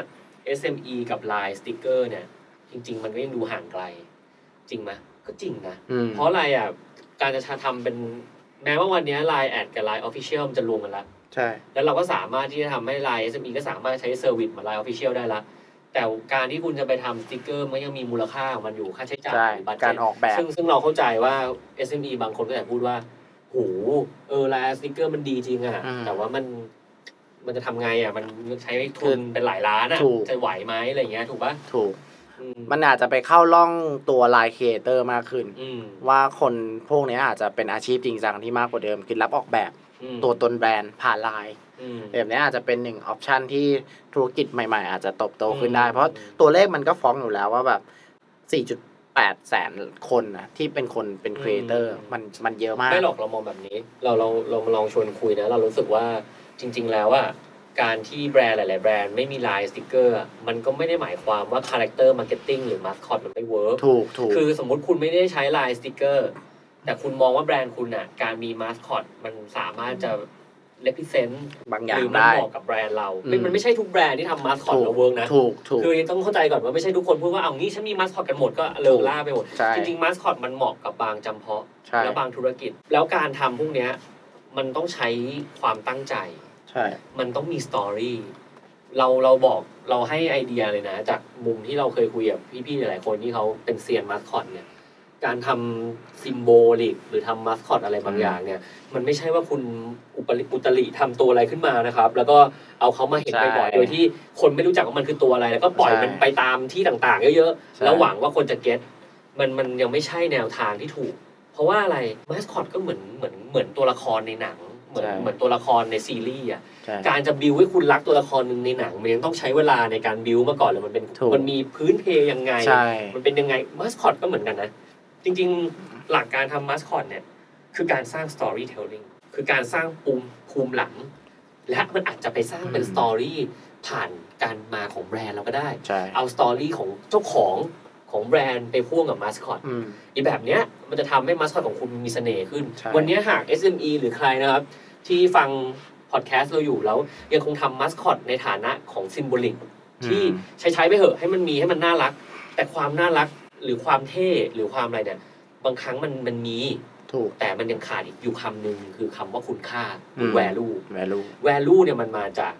Speaker 2: SME กับ Line Sticker เนี่ย จริง ๆ มันก็ยังดูห่างไกล จริงไหมก็จริงนะ
Speaker 3: อืม
Speaker 2: เพราะอะไรอ่ะ การจะทำเป็นแม้ว่าวันเนี้ไลน์แอดกับไลน์ออฟฟิเชียลมันจะรวมกันละ
Speaker 3: ใช่
Speaker 2: แล้วเราก็สามารถที่จะทำให้ไลน์ SME ก็สามารถใช้เซอร์วิสเหมือนไลน์ออฟฟิเชียลได้ละ แต่การที่คุณจะไปทำสติกเกอร์มันยังมีมูลค่าของมันอยู่ค่าใช้จ่าย
Speaker 3: ใช่
Speaker 2: หรือบัตร
Speaker 3: การออกแบบ
Speaker 2: ซึ่งซึ่งเราเข้าใจว่า SME บางคนก็จะพูดว่าโหเออไลน์สติกเกอร์มันดีจริงอ่ะ
Speaker 3: อืม
Speaker 2: แต่ว่ามันมันจะทำไงอ่ะ มันใช้ทุน
Speaker 3: คือ
Speaker 2: เป็นหลายล้านอ่ะ
Speaker 3: ถูก
Speaker 2: จะไหวไหมอะไรอย่างเงี้ยถูกปะ
Speaker 3: ถูก
Speaker 2: อืม
Speaker 3: มันอาจจะไปเข้าล่องตัวลายครีเอเตอร์มากขึ้น
Speaker 2: อืม
Speaker 3: ว่าคนพวกเนี้ยอาจจะเป็นอาชีพจริงจังที่มากกว่าเดิม คือรับออกแบบ
Speaker 2: อืม
Speaker 3: ตัวตนแบรนด์ผ่านลาย
Speaker 2: อืม
Speaker 3: แบบเนี้ยอาจจะเป็นหนึ่งออปชันที่ธุรกิจใหม่ๆ อาจจะเตบโตขึ้นได้
Speaker 2: อืม
Speaker 3: เพราะตัวเลขมันก็ฟ้องอยู่แล้วว่าแบบ 4.8 แสนคนนะที่เป็นคนเป็นครีเอเตอร์มันมันเยอะมาก
Speaker 2: ไม่หรอกเรามองแบบนี้ เราเราเรามาลองชวนคุยนะเรารู้สึกว่าจริง ๆ แล้วอะการที่แบรนด์หลาย ๆ แบรนด์ไม่มีลายสติกเกอร์อะมันก็ไม่ได้หมายความว่าคาแรคเตอร์มาร์เก็ตติ้งหรือมาสคอตมันไม่เวิร์ก
Speaker 3: ถูกถูก
Speaker 2: คือสมมติคุณไม่ได้ใช้ลายสติกเกอร์ แต่คุณมองว่าแบรนด์คุณอะการมีมาสคอตมันสามารถจะเลพิเซนต์
Speaker 3: บางอ
Speaker 2: ห
Speaker 3: ย่าง
Speaker 2: รือมัน
Speaker 3: ได้
Speaker 2: เหมาะกับแบรนด์เราไม่
Speaker 3: อืม
Speaker 2: มันไม่ใช่ทุกแบรนด์ที่ทำมาสคอต
Speaker 3: ถูก
Speaker 2: แล้วเวิร์กนะ
Speaker 3: ถูกถูก
Speaker 2: คือต้องเข้าใจก่อนว่าไม่ใช่ทุกคนพูดว่าเอางี้ฉันมีมาสคอตกันหมดก็เลิกล่าไปหมด
Speaker 3: ใช่
Speaker 2: จริงๆมาสคอตมันเหมาะกับบางจำเพาะ
Speaker 3: ใช่
Speaker 2: และบางธุรกิจแล้วการทำพวกเนี้ยมันต้องใช้ความตั้งใจ
Speaker 3: ใช่
Speaker 2: มันต้องมีสตอรี่เราเราบอกเราให้ไอเดียเลยนะ จาก มุมที่เราเคยคุยกับพี่ๆหลายๆคนที่เขาเป็นเซียนมาสคอตเนี่ย การทำซิมโบลิกหรือทำมาสคอตอะไรบางอย่างเนี่ย มันไม่ใช่ว่าคุณอุปริอุตริทำตัวอะไรขึ้นมานะครับ แล้วก็เอาเขามาเห็น
Speaker 3: ใช่
Speaker 2: บ่อยๆโดยที่คนไม่รู้จักว่ามันคือตัวอะไร แล้วก็ปล่อย
Speaker 3: ใช่
Speaker 2: มันไปตามที่ต่างๆ เยอะ
Speaker 3: ใช่
Speaker 2: ๆแล้วหวังว่าคนจะเก็ตมันมันยังไม่ใช่แนวทางที่ถูก เพราะว่าอะไรมาสคอตก็เหมือนเหมือนเหมือนตัวละครในหนัง เหมือน
Speaker 3: ใช่
Speaker 2: เหมือนตัวละครในซีรีส์อ่ะ
Speaker 3: ใช่
Speaker 2: การจะบิวให้คุณรักตัวละครหนึ่งในหนัง มันยังต้องใช้เวลาในการบิวมาก่อนเลยมันเป็น
Speaker 3: ถูก
Speaker 2: มันมีพื้นเพยังไง
Speaker 3: ใช่
Speaker 2: มันเป็นยังไงมาสคอตก็เหมือนกันนะ จริงๆหลักการทำมาสคอตเนี่ย คือการสร้างสตอรี่เทลลิงคือการสร้างภูมิภูมิหลัง และมันอาจจะไปสร้างเป็น
Speaker 3: อืม
Speaker 2: สตอรี่ผ่านการมาของแบรนด์เราก็ได้
Speaker 3: ใช่
Speaker 2: เอาสตอรี่ของเจ้าของของแบรนด์ไปพ่วงกับมาสคอต
Speaker 3: อืม
Speaker 2: อีแบบเนี้ยมันจะทำให้มาสคอตของคุณมีเสน่ห์ขึ้น
Speaker 3: ใช่
Speaker 2: วันเนี้ยหาก SME หรือใครนะครับ ที่ฟังพอดแคสต์เราอยู่แล้ว ยังคงทำมาสคอตในฐานะของซิมโบลิกที่ใช้ใช้ๆไปเหอะให้มันมีให้มันน่ารัก แต่ความน่ารักหรือความเท่หรือความอะไรเนี่ยบางครั้งมันมันมี
Speaker 3: ถูก
Speaker 2: แต่มันยังขาดอีกอยู่คำหนึ่งคือคำว่าคุณค่าหรือ
Speaker 3: อืม
Speaker 2: value
Speaker 3: แวลู
Speaker 2: value เนี่ยมันมาจาก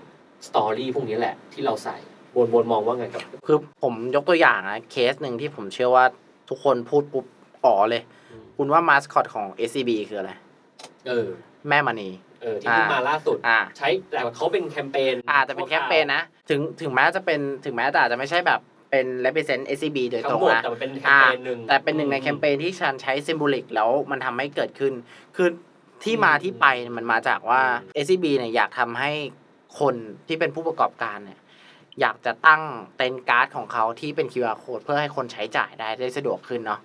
Speaker 2: สตอรี่พวกนี้แหละที่เราใส่วนวนๆมองว่าไงครับ
Speaker 3: คือผมยกตัวอย่างนะเคสหนึ่งที่ผมเชื่อว่าทุกคนพูดปุ๊บอ๋อเลย
Speaker 2: อืม
Speaker 3: คุณว่ามาสคอตของ SCB คืออะไร
Speaker 2: เออ
Speaker 3: แม่มณี
Speaker 2: เออที่เพิ่งมาล่าสุด
Speaker 3: อ่า
Speaker 2: ใช้แต่เขาเป็นแคมเปญ
Speaker 3: อาจจะเป็นแคมเปญนะ ถึงถึงแม้จะเป็นถึงแม้แต่อาจจะไม่ใช่แบบเป็น represent SCB โดย
Speaker 2: ทั้
Speaker 3: ตร
Speaker 2: ง
Speaker 3: ง
Speaker 2: หมด
Speaker 3: นะ
Speaker 2: แต่มันเป็นแคม
Speaker 3: อ่า
Speaker 2: เปญหนึ่ง
Speaker 3: แต่เป็นหนึ่งในแคมเปญที่ชันใช้ symbolic แล้วมันทำให้เกิดขึ้น คือที่มาที่ไปเนี่ยมันมาจากว่า SCB เนี่ยอยากทำให้คนที่เป็นผู้ประกอบการเนี่ยอยากจะตั้งเต็นท์การ์ดของเขาที่เป็น QR code เพื่อให้คนใช้จ่ายได้ได้สะดวกขึ้นเนาะ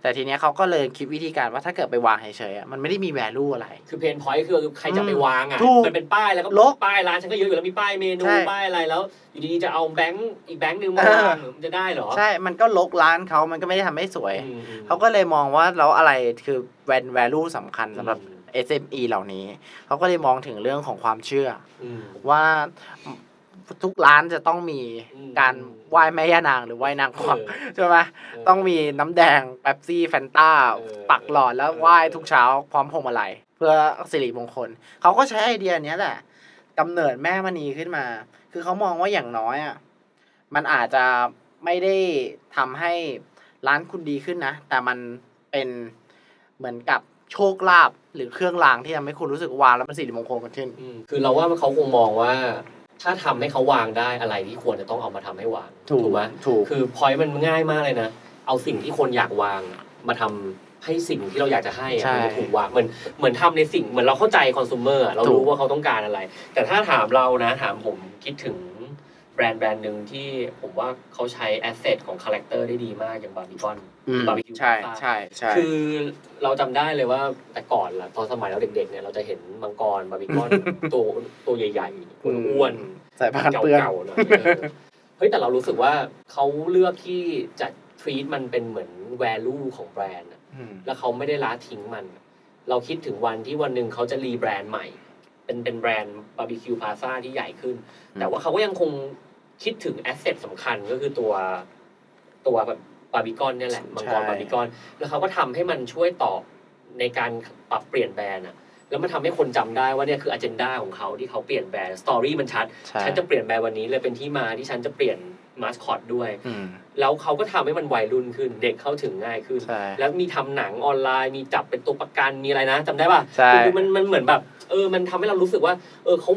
Speaker 3: แต่ทีเนี้ยเขาก็เลยคิดวิธีการว่าถ้าเกิดไปวางเฉยๆอะมันไม่ได้มี value อะไร
Speaker 2: คือเพนพอยต์คือใครจะไปวางอ่ะ
Speaker 3: ถูก
Speaker 2: มันเป็นป้ายแล้วก็
Speaker 3: รก
Speaker 2: ป้ายร้านฉันก็เยอะอยู่แล้วมีป้ายเมนู
Speaker 3: ใช่
Speaker 2: ป้ายอะไรแล้ว อยู่ดีๆจะเอาแบงค์อีกแบงค์หนึ่งมา
Speaker 3: เออ
Speaker 2: วางมันจะได้เหรอ
Speaker 3: ใช่ มันก็ลกร้านเขามันก็ไม่ได้ทำให้สวย
Speaker 2: อืม
Speaker 3: เขาก็เลยมองว่าแล้วอะไรคือ brand value สำคัญสำหรับ SME เหล่านี้ เขาก็เลยมองถึงเรื่องของความเชื่อ
Speaker 2: อืม
Speaker 3: ว่าทุกร้านจะต้องมี
Speaker 2: อืม
Speaker 3: การไหว้แม่ย่านางหรือไหว้นางกวัก
Speaker 2: เออ
Speaker 3: ใช่ไหม
Speaker 2: ออ
Speaker 3: ต้องมีน้ำแดงแป๊บซี่แฟนต้า
Speaker 2: เออ
Speaker 3: ปักหลอดแล้ว
Speaker 2: เออ
Speaker 3: ไหว้
Speaker 2: เออ
Speaker 3: ทุกเช้าพร้อมพวงมาลัยเพื่อสิริมงคล เขาก็ใช้ไอเดียเนี้ยแหละกำเนิดแม่มณีขึ้นมา คือเขามองว่าอย่างน้อยอ่ะมันอาจจะไม่ได้ทำให้ร้านคุณดีขึ้นนะ แต่มันเป็นเหมือนกับโชคลาภหรือเครื่องรางที่ทำให้คุณรู้สึกวางแล้วมันสิริมงคลกันขึ้น
Speaker 2: อืมคือเราว่าเขาคงมองว่า ถ้าทำให้เขาวางได้อะไรที่ควรจะต้องเอามาทำให้วางไหม
Speaker 3: ถูก
Speaker 2: คือพอยต์มันง่ายมากเลยนะ เอาสิ่งที่คนอยากวางมาทำให้สิ่งที่เราอยากจะให้อะ
Speaker 3: ใช่
Speaker 2: มันจะถูกวางเหมือนเหมือนทำในสิ่งเหมือนเราเข้าใจคอน sumer อะเรา
Speaker 3: ถู
Speaker 2: รู้
Speaker 3: ก
Speaker 2: ว่าเขาต้องการอะไร แต่ถ้าถามเรานะ ถามผมคิดถึงแบรนด์แบรนด์หนึ่งที่ผมว่าเขาใช้แอสเซทของคาแรคเตอร์ได้ดีมากอย่างบาร์บีคอน
Speaker 3: อืม
Speaker 2: barbecue
Speaker 3: ใช่
Speaker 2: ปลา
Speaker 3: ใช่ใช่
Speaker 2: คือเราจำได้เลยว่าแต่ก่อนล่ะตอนสมัยเราเด็กๆเนี่ยเราจะเห็นมังกรบาร์บี คอน ตัวตัวใหญ่ๆ
Speaker 3: อืม
Speaker 2: อ้วน
Speaker 3: ใส่
Speaker 2: ๆ
Speaker 3: ผ้ากันเปื้อน
Speaker 2: เก่าๆหน่อย เออเฮ้ยแต่เรารู้สึกว่าเขาเลือกที่จะทรีตมันเป็นเหมือนแวลูของแบรนด์อะแล้วเขาไม่ได้ละทิ้งมัน เราคิดถึงวันที่วันหนึ่งเขาจะรีแบรนด์ใหม่ เป็นเป็นแบรนด์บาร์บีคิวพาซาที่ใหญ่ขึ้น
Speaker 3: อืม
Speaker 2: แต่ว่าเขาก็ยังคงคิดถึงแอสเซทสำคัญก็คือตัวตัวแบบบาร์บีคอนเนี่ยแหละมังกรบาร์บีคอน แล้วเขาก็ทำให้มันช่วยตอบในการปรับเปลี่ยนแบรนด์อะแล้วมันทำให้คนจำได้ว่าเนี่ยคืออ g e n d a ของเขาที่เขาเปลี่ยนแบรนด์ สตอรี่มันชัด
Speaker 3: ใช่
Speaker 2: ฉันจะเปลี่ยนแบรนด์วันนี้เลยเป็นที่มาที่ฉันจะเปลี่ยนมาสคอตด้วย
Speaker 3: อืม
Speaker 2: แล้วเขาก็ทำให้มันวัยรุ่นขึ้น เด็กเข้าถึงง่ายขึ้น
Speaker 3: ใช่
Speaker 2: แล้วมีทำหนังออนไลน์มีจับเป็นตัวประกันมีอะไรนะจำได้ป่ะ
Speaker 3: ใช่
Speaker 2: คือมันมันเหมือนแบบ เออมันทำให้เรารู้สึกว่า เออเขา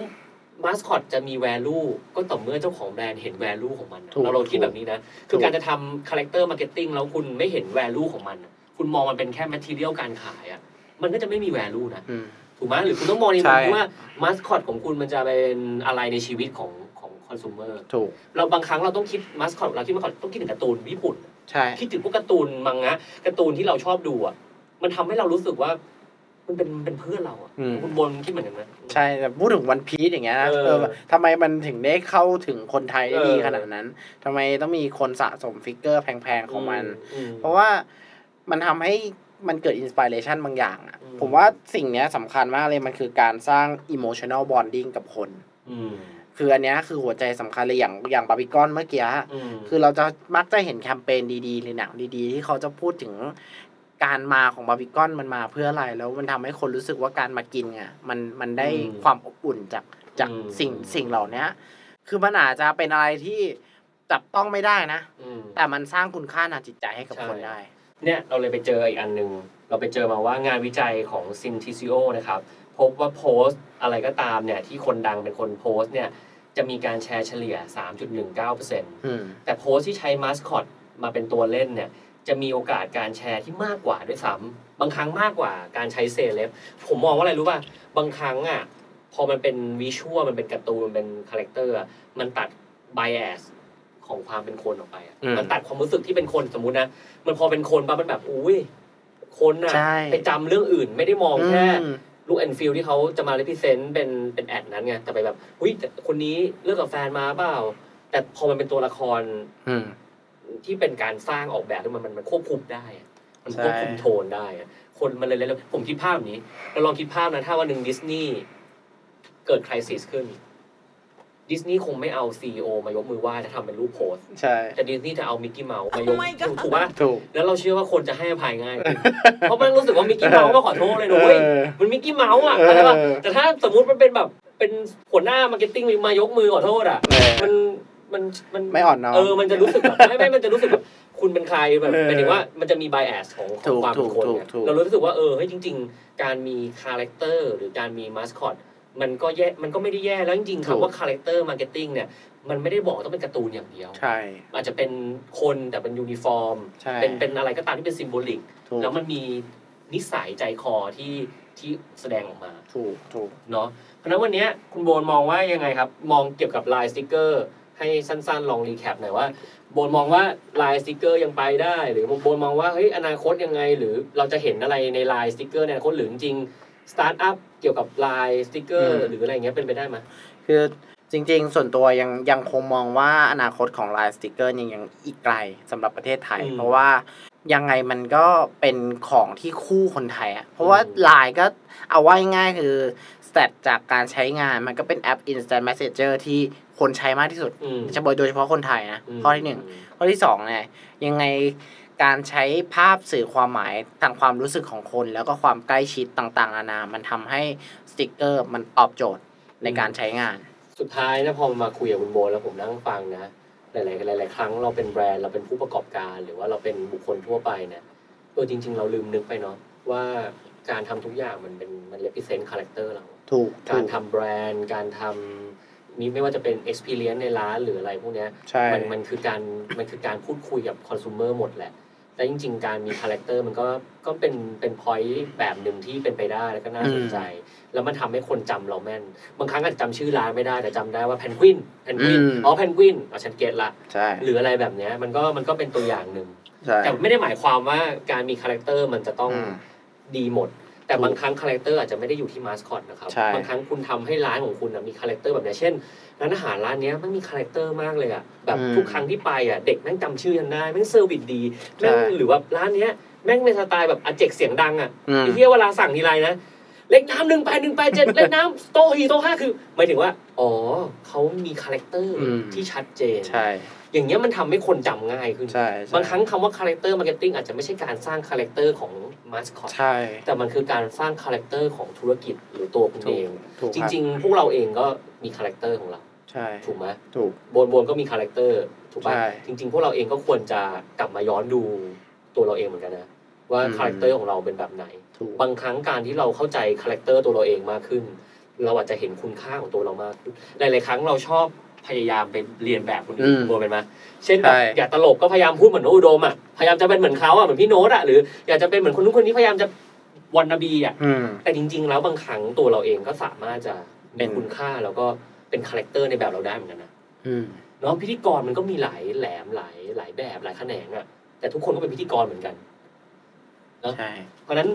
Speaker 2: มาสคอตจะมีแวลูก็ต่อเมื่อเจ้าของแบรนด์เห็นแวลูของมันนะ
Speaker 3: ถูก
Speaker 2: เราเราคิดแบบนี้นะ คือ
Speaker 3: ถูก
Speaker 2: การจะทำคาแรคเตอร์มาร์เก็ตติ้งแล้วคุณไม่เห็นแวลูของมันน่ะคุณมองมันเป็นแค่แมทเทียลการขายอ่ะมันก็จะไม่มีแวลูนะ
Speaker 3: อืม
Speaker 2: ถูกไหมหรือคุณต้องมองในมุม
Speaker 3: ใช่
Speaker 2: ที่ว่ามาสคอตของคุณมันจะเป็นอะไรในชีวิตของของคอน sumer
Speaker 3: ถูก
Speaker 2: เราบางครั้งเราต้องคิดมาสคอตเราคิดมาก่อนต้องคิดถึงการ์ตูนญี่ปุ่น
Speaker 3: ใช่
Speaker 2: คิดถึงพวกการ์ตูนมังงะการ์ตูนที่เราชอบดูอ่ะ มันทำให้เรารู้สึกว่า มันเป็นมันเป็นเพื่อนเราอ่ะ
Speaker 3: อืม
Speaker 2: คุณบนคิดเหมือนกันไหม
Speaker 3: ใช่แต่พูดถึงวันพีซอย่างเงี้ยนะ
Speaker 2: เออ
Speaker 3: เออทำไมมันถึงได้เข้าถึงคนไทยได้ดี
Speaker 2: เออ
Speaker 3: ขนาดนั้นทำไมต้องมีคนสะสมฟิกเกอร์แพงๆของมัน
Speaker 2: อืม
Speaker 3: เพราะว่ามันทำให้มันเกิดอินสปิเรชันบางอย่างอะ
Speaker 2: อืม
Speaker 3: ผมว่าสิ่งเนี้ยสำคัญมากเลยมันคือการสร้างอิโมชัน a ลบอนดิ้งกับคน
Speaker 2: อืม
Speaker 3: คืออันเนี้ยคือหัวใจสำคัญเลยอย่างอย่างบาร์บีคอนเมื่อกี้
Speaker 2: อืม
Speaker 3: คือเราจะมักจะเห็นแคมเปญดีๆ หรือหนังดีๆ ที่เขาจะพูดถึงการมาของบาร์บีคอนมันมาเพื่ออะไร แล้วมันทำให้คนรู้สึกว่าการมากินอ่ะมันมันได้
Speaker 2: อืม
Speaker 3: ความอบอุ่นจากจาก
Speaker 2: อืม
Speaker 3: สิ่งสิ่งเหล่านี้คือมันอาจจะเป็นอะไรที่ จับต้องไม่ได้นะ
Speaker 2: อืม
Speaker 3: แต่มันสร้างคุณค่าทางจิตใจให้กับ
Speaker 2: ใช่
Speaker 3: คนได้
Speaker 2: เนี่ยเราเลยไปเจออีกอันหนึ่งเราไปเจอมาว่างานวิจัยของซินทิซิโอนะครับ พบว่าโพสต์อะไรก็ตามเนี่ยที่คนดังเป็นคนโพสต์เนี่ยจะมีการแชร์เฉลี่ย 3.19%
Speaker 3: อืม
Speaker 2: แต่โพสต์ที่ใช้มาสคอตมาเป็นตัวเล่นเนี่ยจะมีโอกาสการแชร์ที่มากกว่าด้วยซ้ำบางครั้งมากกว่าการใช้เซเลบผมมองว่าอะไรรู้ป่ะบางครั้งอ่ะพอมันเป็นวิชวลมันเป็นการ์ตูนมันเป็นคาแรคเตอร์อะมันตัดไบแอสของความเป็นคนออกไปอะ
Speaker 3: อืม
Speaker 2: มันตัดความรู้สึกที่เป็นคนสมมุตินะ มันพอเป็นคนปั๊บมันแบบอุ้ยคนน่ะ
Speaker 3: ใช่
Speaker 2: ไปจำเรื่องอื่นไม่ได้มองแค่
Speaker 3: อืม
Speaker 2: ลูกแอนฟิลที่เขาจะมาเลพิเซนต์เป็นเป็นแอดนั้นไงแต่ไปแบบอุ้ยแต่คนนี้เลิกกับแฟนมาเปล่า แต่พอมันเป็นตัวละคร
Speaker 3: อืม
Speaker 2: ที่เป็นการสร้างออกแบบแล้วมันมันมันควบคุมได้อะมันควบคุม
Speaker 3: ใช่
Speaker 2: โทนได้อะคนมันเลยแล้วผมคิดภาพแบบนี้เราลองคิดภาพนะถ้าวันหนึ่งดิสนีย์เกิดคริสิสขึ้นดิสนีย์คงไม่เอาซีอมายกมือไหว้ถ้าทำเป็นรูปโพสต์
Speaker 3: ใช่
Speaker 2: แต่ดิสนีย์จะเอามิกกี้เมาส์มายก
Speaker 5: Oh my God
Speaker 2: ถูกปะ
Speaker 3: ถูก
Speaker 2: แล้วเราเชื่อว่าคนจะให้อภัยง่าย เพราะมันรู้สึกว่ามิกกี้เมาส์มาขอโทษเลยนะเว้ย
Speaker 3: เออ
Speaker 2: มันมิกกี้เมาส์อ่ะเข้าใจปะ
Speaker 3: เออ
Speaker 2: แต่ถ้าสมมุติมันเป็นแบบเป็นหัวหน้ามาร์เก็ตติ้งมายกมือขอโทษอ่ะ
Speaker 3: เออ
Speaker 2: มันมันมัน
Speaker 3: ไม่อ่อนน้อม
Speaker 2: เออ มันจะรู้สึกแบบไม่ไม่มันจะรู้สึกแบบคุณเป็นใครแบบ
Speaker 3: เออ
Speaker 2: หมายถึงว่ามันจะมี bias ของข
Speaker 3: ถู
Speaker 2: อง
Speaker 3: ก
Speaker 2: ความเป็นคน
Speaker 3: ถูก
Speaker 2: เนี่ย
Speaker 3: ถูก
Speaker 2: เรารู้สึกว่าเออเฮ้ยจริง ๆ การมีคาแรคเตอร์หรือการมีมาสคอตมันก็แย่มันก็ไม่ได้แย่แล้วจริงๆคำว่าคาแรคเตอร์มาร์เก็ตติ้งเนี่ยมันไม่ได้บอกต้องเป็นการ์ตูนอย่างเดียว
Speaker 3: ใช่
Speaker 2: อาจจะเป็นคนแต่เป็นยูนิฟอร์ม
Speaker 3: ใช่
Speaker 2: เป็นเป็นอะไรก็ตามที่เป็นซิมโบลิก
Speaker 3: ถูก
Speaker 2: แล้วมันมีนิสัยใจคอที่ที่แสดงออกมา
Speaker 3: ถูกถูก
Speaker 2: เนาะเพราะฉะนั้นวันเนี้ยคุณโบนมองว่ายังไงครับ มองเกี่ยวกับลายสติกเกอร์ ให้สั้นๆ ลองรีแคปหน่อยว่าโบนมองว่าลายสติกเกอร์ยังไปได้ หรือโบนมองว่าเฮ้ยอนาคตยังไง หรือเราจะเห็นอะไรในลายสติกเกอร์ในอนาคตหรือจริงสตาร์ทอัพเกี่ยวกับลายสติกเกอ
Speaker 3: อื
Speaker 2: ร์
Speaker 3: ม
Speaker 2: หรืออะไรอย่างเงี้ยเป็นไปได้ไหม
Speaker 3: คือจริง ๆ ส่วนตัวยังยังคงมองว่าอนาคตของลายสติกเกอร์ยังยังอีกไกลสำหรับประเทศไทย เพราะว่ายังไงมันก็เป็นของที่คู่คนไทยอะเพราะว่าลายก็เอาไว้ง่ายๆคือสเตตจากการใช้งานมันก็เป็นแอป Instant Messenger ที่คนใช้มากที่สุด
Speaker 2: อืม
Speaker 3: เฉพาะโดยเฉพาะคนไทยนะ
Speaker 2: ม
Speaker 3: ข้อที่หนึ่ง ข้อที่สองเนี่ยยังไงการใช้ภาพสื่อความหมายทางความรู้สึกของคน แล้วก็ความใกล้ชิดต่างๆนานา มันทำให้สติกเกอร์มันตอบโจทย์ในการใช้งาน
Speaker 2: สุดท้ายนะพอมาคุยกับคุณโบนแล้วผมนั่งฟังนะ หลายๆหลายๆครั้งเราเป็นแบรนด์เราเป็นผู้ประกอบการ หรือว่าเราเป็นบุคคลทั่วไปเนี่ยเออจริง ๆ เราลืมนึกไปเนาะว่าการทำทุกอย่างมันเป็นมันเลพิเซนต์คาแรคเตอร์เรา
Speaker 3: ถูก
Speaker 2: การ
Speaker 3: ถู
Speaker 2: ทำแบรนด์ การทำนี่ไม่ว่าจะเป็น Experience ในร้านหรืออะไรพวกเนี้ย
Speaker 3: ใช่
Speaker 2: มันมันคือการมันคือการพูดคุยกับคอน sumer หมดแหละ แต่จริง ๆ การมีคาแรคเตอร์มันก็ก็เป็นเป็น point แบบหนึ่งที่เป็นไปได้แล้วก็น่าสนใจ แล้วมันทำให้คนจำเราแม่น บางครั้งอาจจะจำชื่อร้านไม่ได้แต่จำได้ว่าแพนกวินแพนกวินอ๋อแพนกวินอ๋อฉันเก็ตละ
Speaker 3: ใช่
Speaker 2: หรืออะไรแบบเนี้ยมันก็มันก็เป็นตัวอย่างหนึ่ง
Speaker 3: ใช่
Speaker 2: แต่ไม่ได้หมายความว่าการมีคาแรคเตอร์มันจะต้อง
Speaker 3: อืม
Speaker 2: ดีหมด แต่
Speaker 3: ถูก
Speaker 2: บางครั้งคาแรคเตอร์อาจจะไม่ได้อยู่ที่มาสคอตนะครับ
Speaker 3: ใช่
Speaker 2: บางครั้งคุณทำให้ร้านของคุณน่ะมีคาแรคเตอร์แบบเนี้ยเช่นร้านอาหารร้านเนี้ยมันมีคาแรคเตอร์มากเลยอ่ะแบบทุกครั้งที่ไปอ่ะเด็กแม่งจำชื่อฉันได้แม่งเซอร์วิสดีแม่งหรือว่าร้านเนี้ยแม่งเป็นสไตล์แบบอาเจกเสียงดังอ่ะ
Speaker 3: อืม
Speaker 2: ไอ้เที่ยเวลาสั่งทีไรนะ เล็กน้ำหนึ่งไปหนึ่งไปเจ็ด เล็กน้ำโต๊ะหีโต๊ะห้าคือหมายถึงว่า อ๋อเขามีคาแรคเตอร์
Speaker 3: อืม
Speaker 2: ที่ชัดเจน
Speaker 3: ใช่
Speaker 2: อย่างเงี้ยมันทำให้คนจำง่ายขึ้น
Speaker 3: ใช่ใช่
Speaker 2: บางครั้งคำว่าคาแรคเตอร์มาร์เก็ตติ้งอาจจะไม่ใช่การสร้างคาแรคเตอร์ของมาสคอต
Speaker 3: ใช่
Speaker 2: แต่มันคือการสร้างคาแรคเตอร์ของธุรกิจหรือตัวคุณ
Speaker 3: ถู
Speaker 2: เอก ง
Speaker 3: ถูก
Speaker 2: จริง ๆ พวกเราเองก็มีคาแรคเตอร์ของเรา
Speaker 3: ใช่
Speaker 2: ถูกไหม
Speaker 3: ถูก
Speaker 2: โบนโบนก็มีคาแรคเตอร์ถูกป่ะ
Speaker 3: ใช่
Speaker 2: จริง ๆ พวกเราเองก็ควรจะกลับมาย้อนดูตัวเราเองเหมือนกันนะว่า
Speaker 3: อืม
Speaker 2: คาแรคเตอร์ของเราเป็นแบบไหน
Speaker 3: ถูก
Speaker 2: บางครั้งการที่เราเข้าใจคาแรคเตอร์ตัวเราเองมากขึ้น เราอาจจะเห็นคุณค่าของตัวเรามากขึ้นหลาย ๆ ครั้งเราชอบพยายามไปเรียนแบบคนอื่
Speaker 3: อื
Speaker 2: น
Speaker 3: ม
Speaker 2: โบเป็นไหมเช่นแบบ
Speaker 3: ใช่
Speaker 2: อยากตลกก็พยายามพูดเหมือนโนตอุดมอ่ะพยายามจะเป็นเหมือนเขาอ่ะเหมือนพี่โน้ตอ่ะหรืออยากจะเป็นเหมือนคนนู้นคนนี้พยายามจะวันนาบีอ่ะ
Speaker 3: อืม
Speaker 2: แต่จริง ๆ แล้วบางครั้งตัวเราเองก็สามารถจะ
Speaker 3: เป็
Speaker 2: มี
Speaker 3: น
Speaker 2: คุณค่าแล้วก็เป็นคาแรคเตอร์ในแบบเราได้เหมือนกันนะ
Speaker 3: อืม
Speaker 2: เนาะพิธีกรมันก็มีหลายแหลมหลายหลายแบบหลายแขนงอ่ะแต่ทุกคนก็เป็นพิธีกรเหมือนกัน
Speaker 3: ใช่
Speaker 2: เพราะฉะนั้น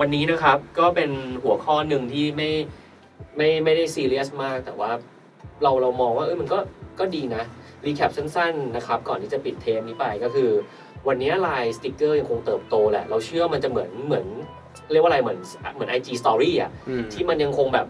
Speaker 2: วันนี้นะครับก็เป็นหัวข้อหนึ่งที่ไม่ไม่ไม่ได้ซีเรียสมาก แต่ว่าเราเรามองว่าเออมันก็ก็ดีนะรีแคปสั้นๆนะครับก่อนที่จะปิดเทมนี้ไปก็คือ วันนี้ลายสติกเกอร์ยังคงเติบโตแหละ เราเชื่อมันจะเหมือนเหมือนเรียกว่าอะไรเหมือนเหมือน IG Story อ่ะ
Speaker 3: อืม
Speaker 2: ที่มันยังคงแบบ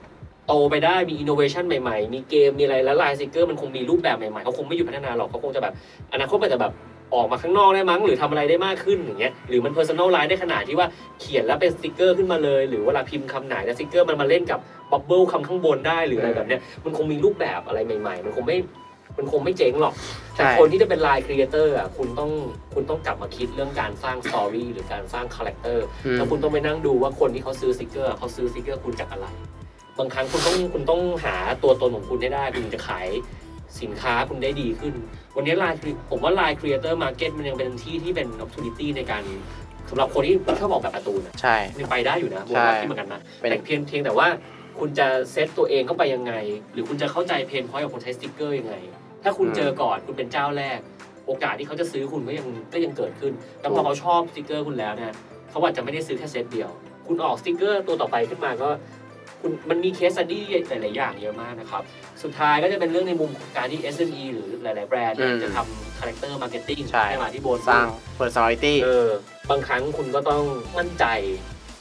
Speaker 2: โตไปได้มีอินโนเวชันใหม่ๆ มีเกม มีอะไรแล้วลายสติกเกอร์มันคงมีรูปแบบใหม่ๆเขาคงไม่หยุดพัฒนาหรอกเขาคงจะแบบอนาคตมันจะแบบออกมาข้างนอกได้มั้ง หรือทำอะไรได้มากขึ้นอย่างเงี้ยหรือมันเพอร์ซันอลไลน์ได้ขนาดที่ว่าเขียนแล้วเป็นสติกเกอร์ขึ้นมาเลย หรือเวลาพิมพ์คำไหนแล้วสติกเกอร์มันมาเล่นกับบับเบิลคำข้างบนได้หรืออะไรแบบเนี้ยมันคงมีรูปแบบอะไรใหม่ ๆ มันคงไม่ มันคงไม่เจ๊งหรอก
Speaker 3: ใช่
Speaker 2: แต่คนที่จะเป็นไลน์ครีเอเตอร์อ่ะคุณต้องคุณต้องกลับมาคิดเรื่องการสร้างสตอรี่หรือการสร้างคาแรคเตอร์
Speaker 3: อืม
Speaker 2: แล้วคุณต้องไปนั่งดูว่าคนที่เขาซื้อสติกเกอร์อะเขาซื้อสติกเกอร์คุณจากอะไร บางครั้งคุณต้องคุณต้องหาตัวตนของคุณให้ได้ คุณถึงจะขายสินค้าคุณได้ดีขึ้น วันนี้ไลน์ผมว่าไลน์ครีเอเตอร์มาร์เก็ตมันยังเป็นที่ที่เป็นโอกาสในการสำหรับคนที่ชอบออกแบบการ์ตูนอะ
Speaker 3: ใช่
Speaker 2: ยังไปได้อยู่นะผม
Speaker 3: ใช่
Speaker 2: ว่าที่เหมือนกันนะ
Speaker 3: เป็น
Speaker 2: แต่เพียงเพียงแต่ว่าคุณจะเซตตัวเองเข้าไปยังไง หรือคุณจะเข้าใจเพนพอยต์ของคนใช้สติ๊กเกอร์ยังไง ถ้าคุณเจอก่อนคุณเป็นเจ้าแรก โอกาสที่เขาจะซื้อคุณก็ยังก็ยังเกิดขึ้น แล้วพอเขาชอบสติ๊กเกอร์คุณแล้วเนี่ยเขาอาจจะไม่ได้ซื้อแค่เซตเดียว คุณออกสติ๊กเกอร์ตัวต่อไปขึ้นมาก็ คุณมันมีเคสดี้หลาย ๆ อย่างเยอะมากนะครับ สุดท้ายก็จะเป็นเรื่องในมุมของการที่ SME หรือหลาย ๆ แบรนด์เนี่ยจะทำคาแรคเตอร์มาร์เก็ตติ้ง
Speaker 3: ใช่
Speaker 2: ไหมที่โบน
Speaker 3: สร้าง personality
Speaker 2: เออบางครั้งคุณก็ต้องมั่นใจ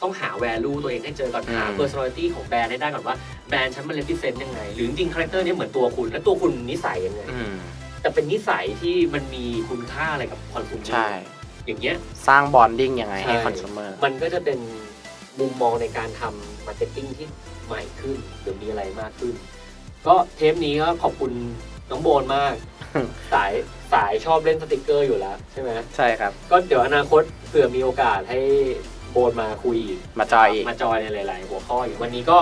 Speaker 2: ต้องหา value ตัวเองให้เจอก่อนหา
Speaker 3: อืม
Speaker 2: personality ของแบรนด์ให้ได้ก่อนว่าแบรนด์ฉันมัน represent ยังไง หรือจริงๆ character เนี่ยเหมือนตัวคุณ และตัวคุณนิสัยยังไง
Speaker 3: อืม
Speaker 2: แต่เป็นนิสัยที่มันมีคุณค่าอะไรกับคอน sumer
Speaker 3: ใช่
Speaker 2: อย่างเงี้ย
Speaker 3: สร้าง bonding ยังไงให้
Speaker 2: ใช่
Speaker 3: consumer
Speaker 2: มันก็จะเป็นมุมมองในการทำมาร์เก็ตติ้งที่ใหม่ขึ้นหรือมีอะไรมากขึ้น ก็เทปนี้ก็ขอบคุณน้องโบน มาก สายสายชอบเล่นสติกเกอร์อยู่แล้วใช่ไหม
Speaker 3: ใช่ครับ
Speaker 2: ก็เดี๋ยวอนาคตเผื่อมีโอกาสให้โบนมาคุยอีก
Speaker 3: มาจอยอีก
Speaker 2: มาจอยในหลาย ๆ หัวข้ออยู่วันนี้ก็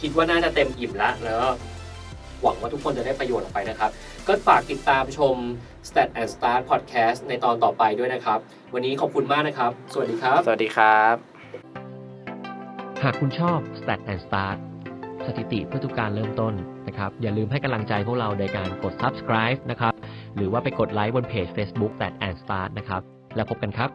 Speaker 2: คิดว่าน่าจะเต็มอิ่มละแล้วก็หวังว่าทุกคนจะได้ประโยชน์ออกไปนะครับ ก็ฝากติดตามชม Stat and Start Podcast ในตอนต่อไปด้วยนะครับ วันนี้ขอบคุณมากนะครับ สวัสดีครับ
Speaker 3: สวัสดีครับ
Speaker 5: หากคุณชอบ Stat and Start สถิติเพื่อทุกการเริ่มต้นนะครับ อย่าลืมให้กำลังใจพวกเราโดยการกด subscribe นะครับ หรือว่าไปกดไลค์บนเพจ Facebook Stat and Start นะครับ แล้วพบกันครับ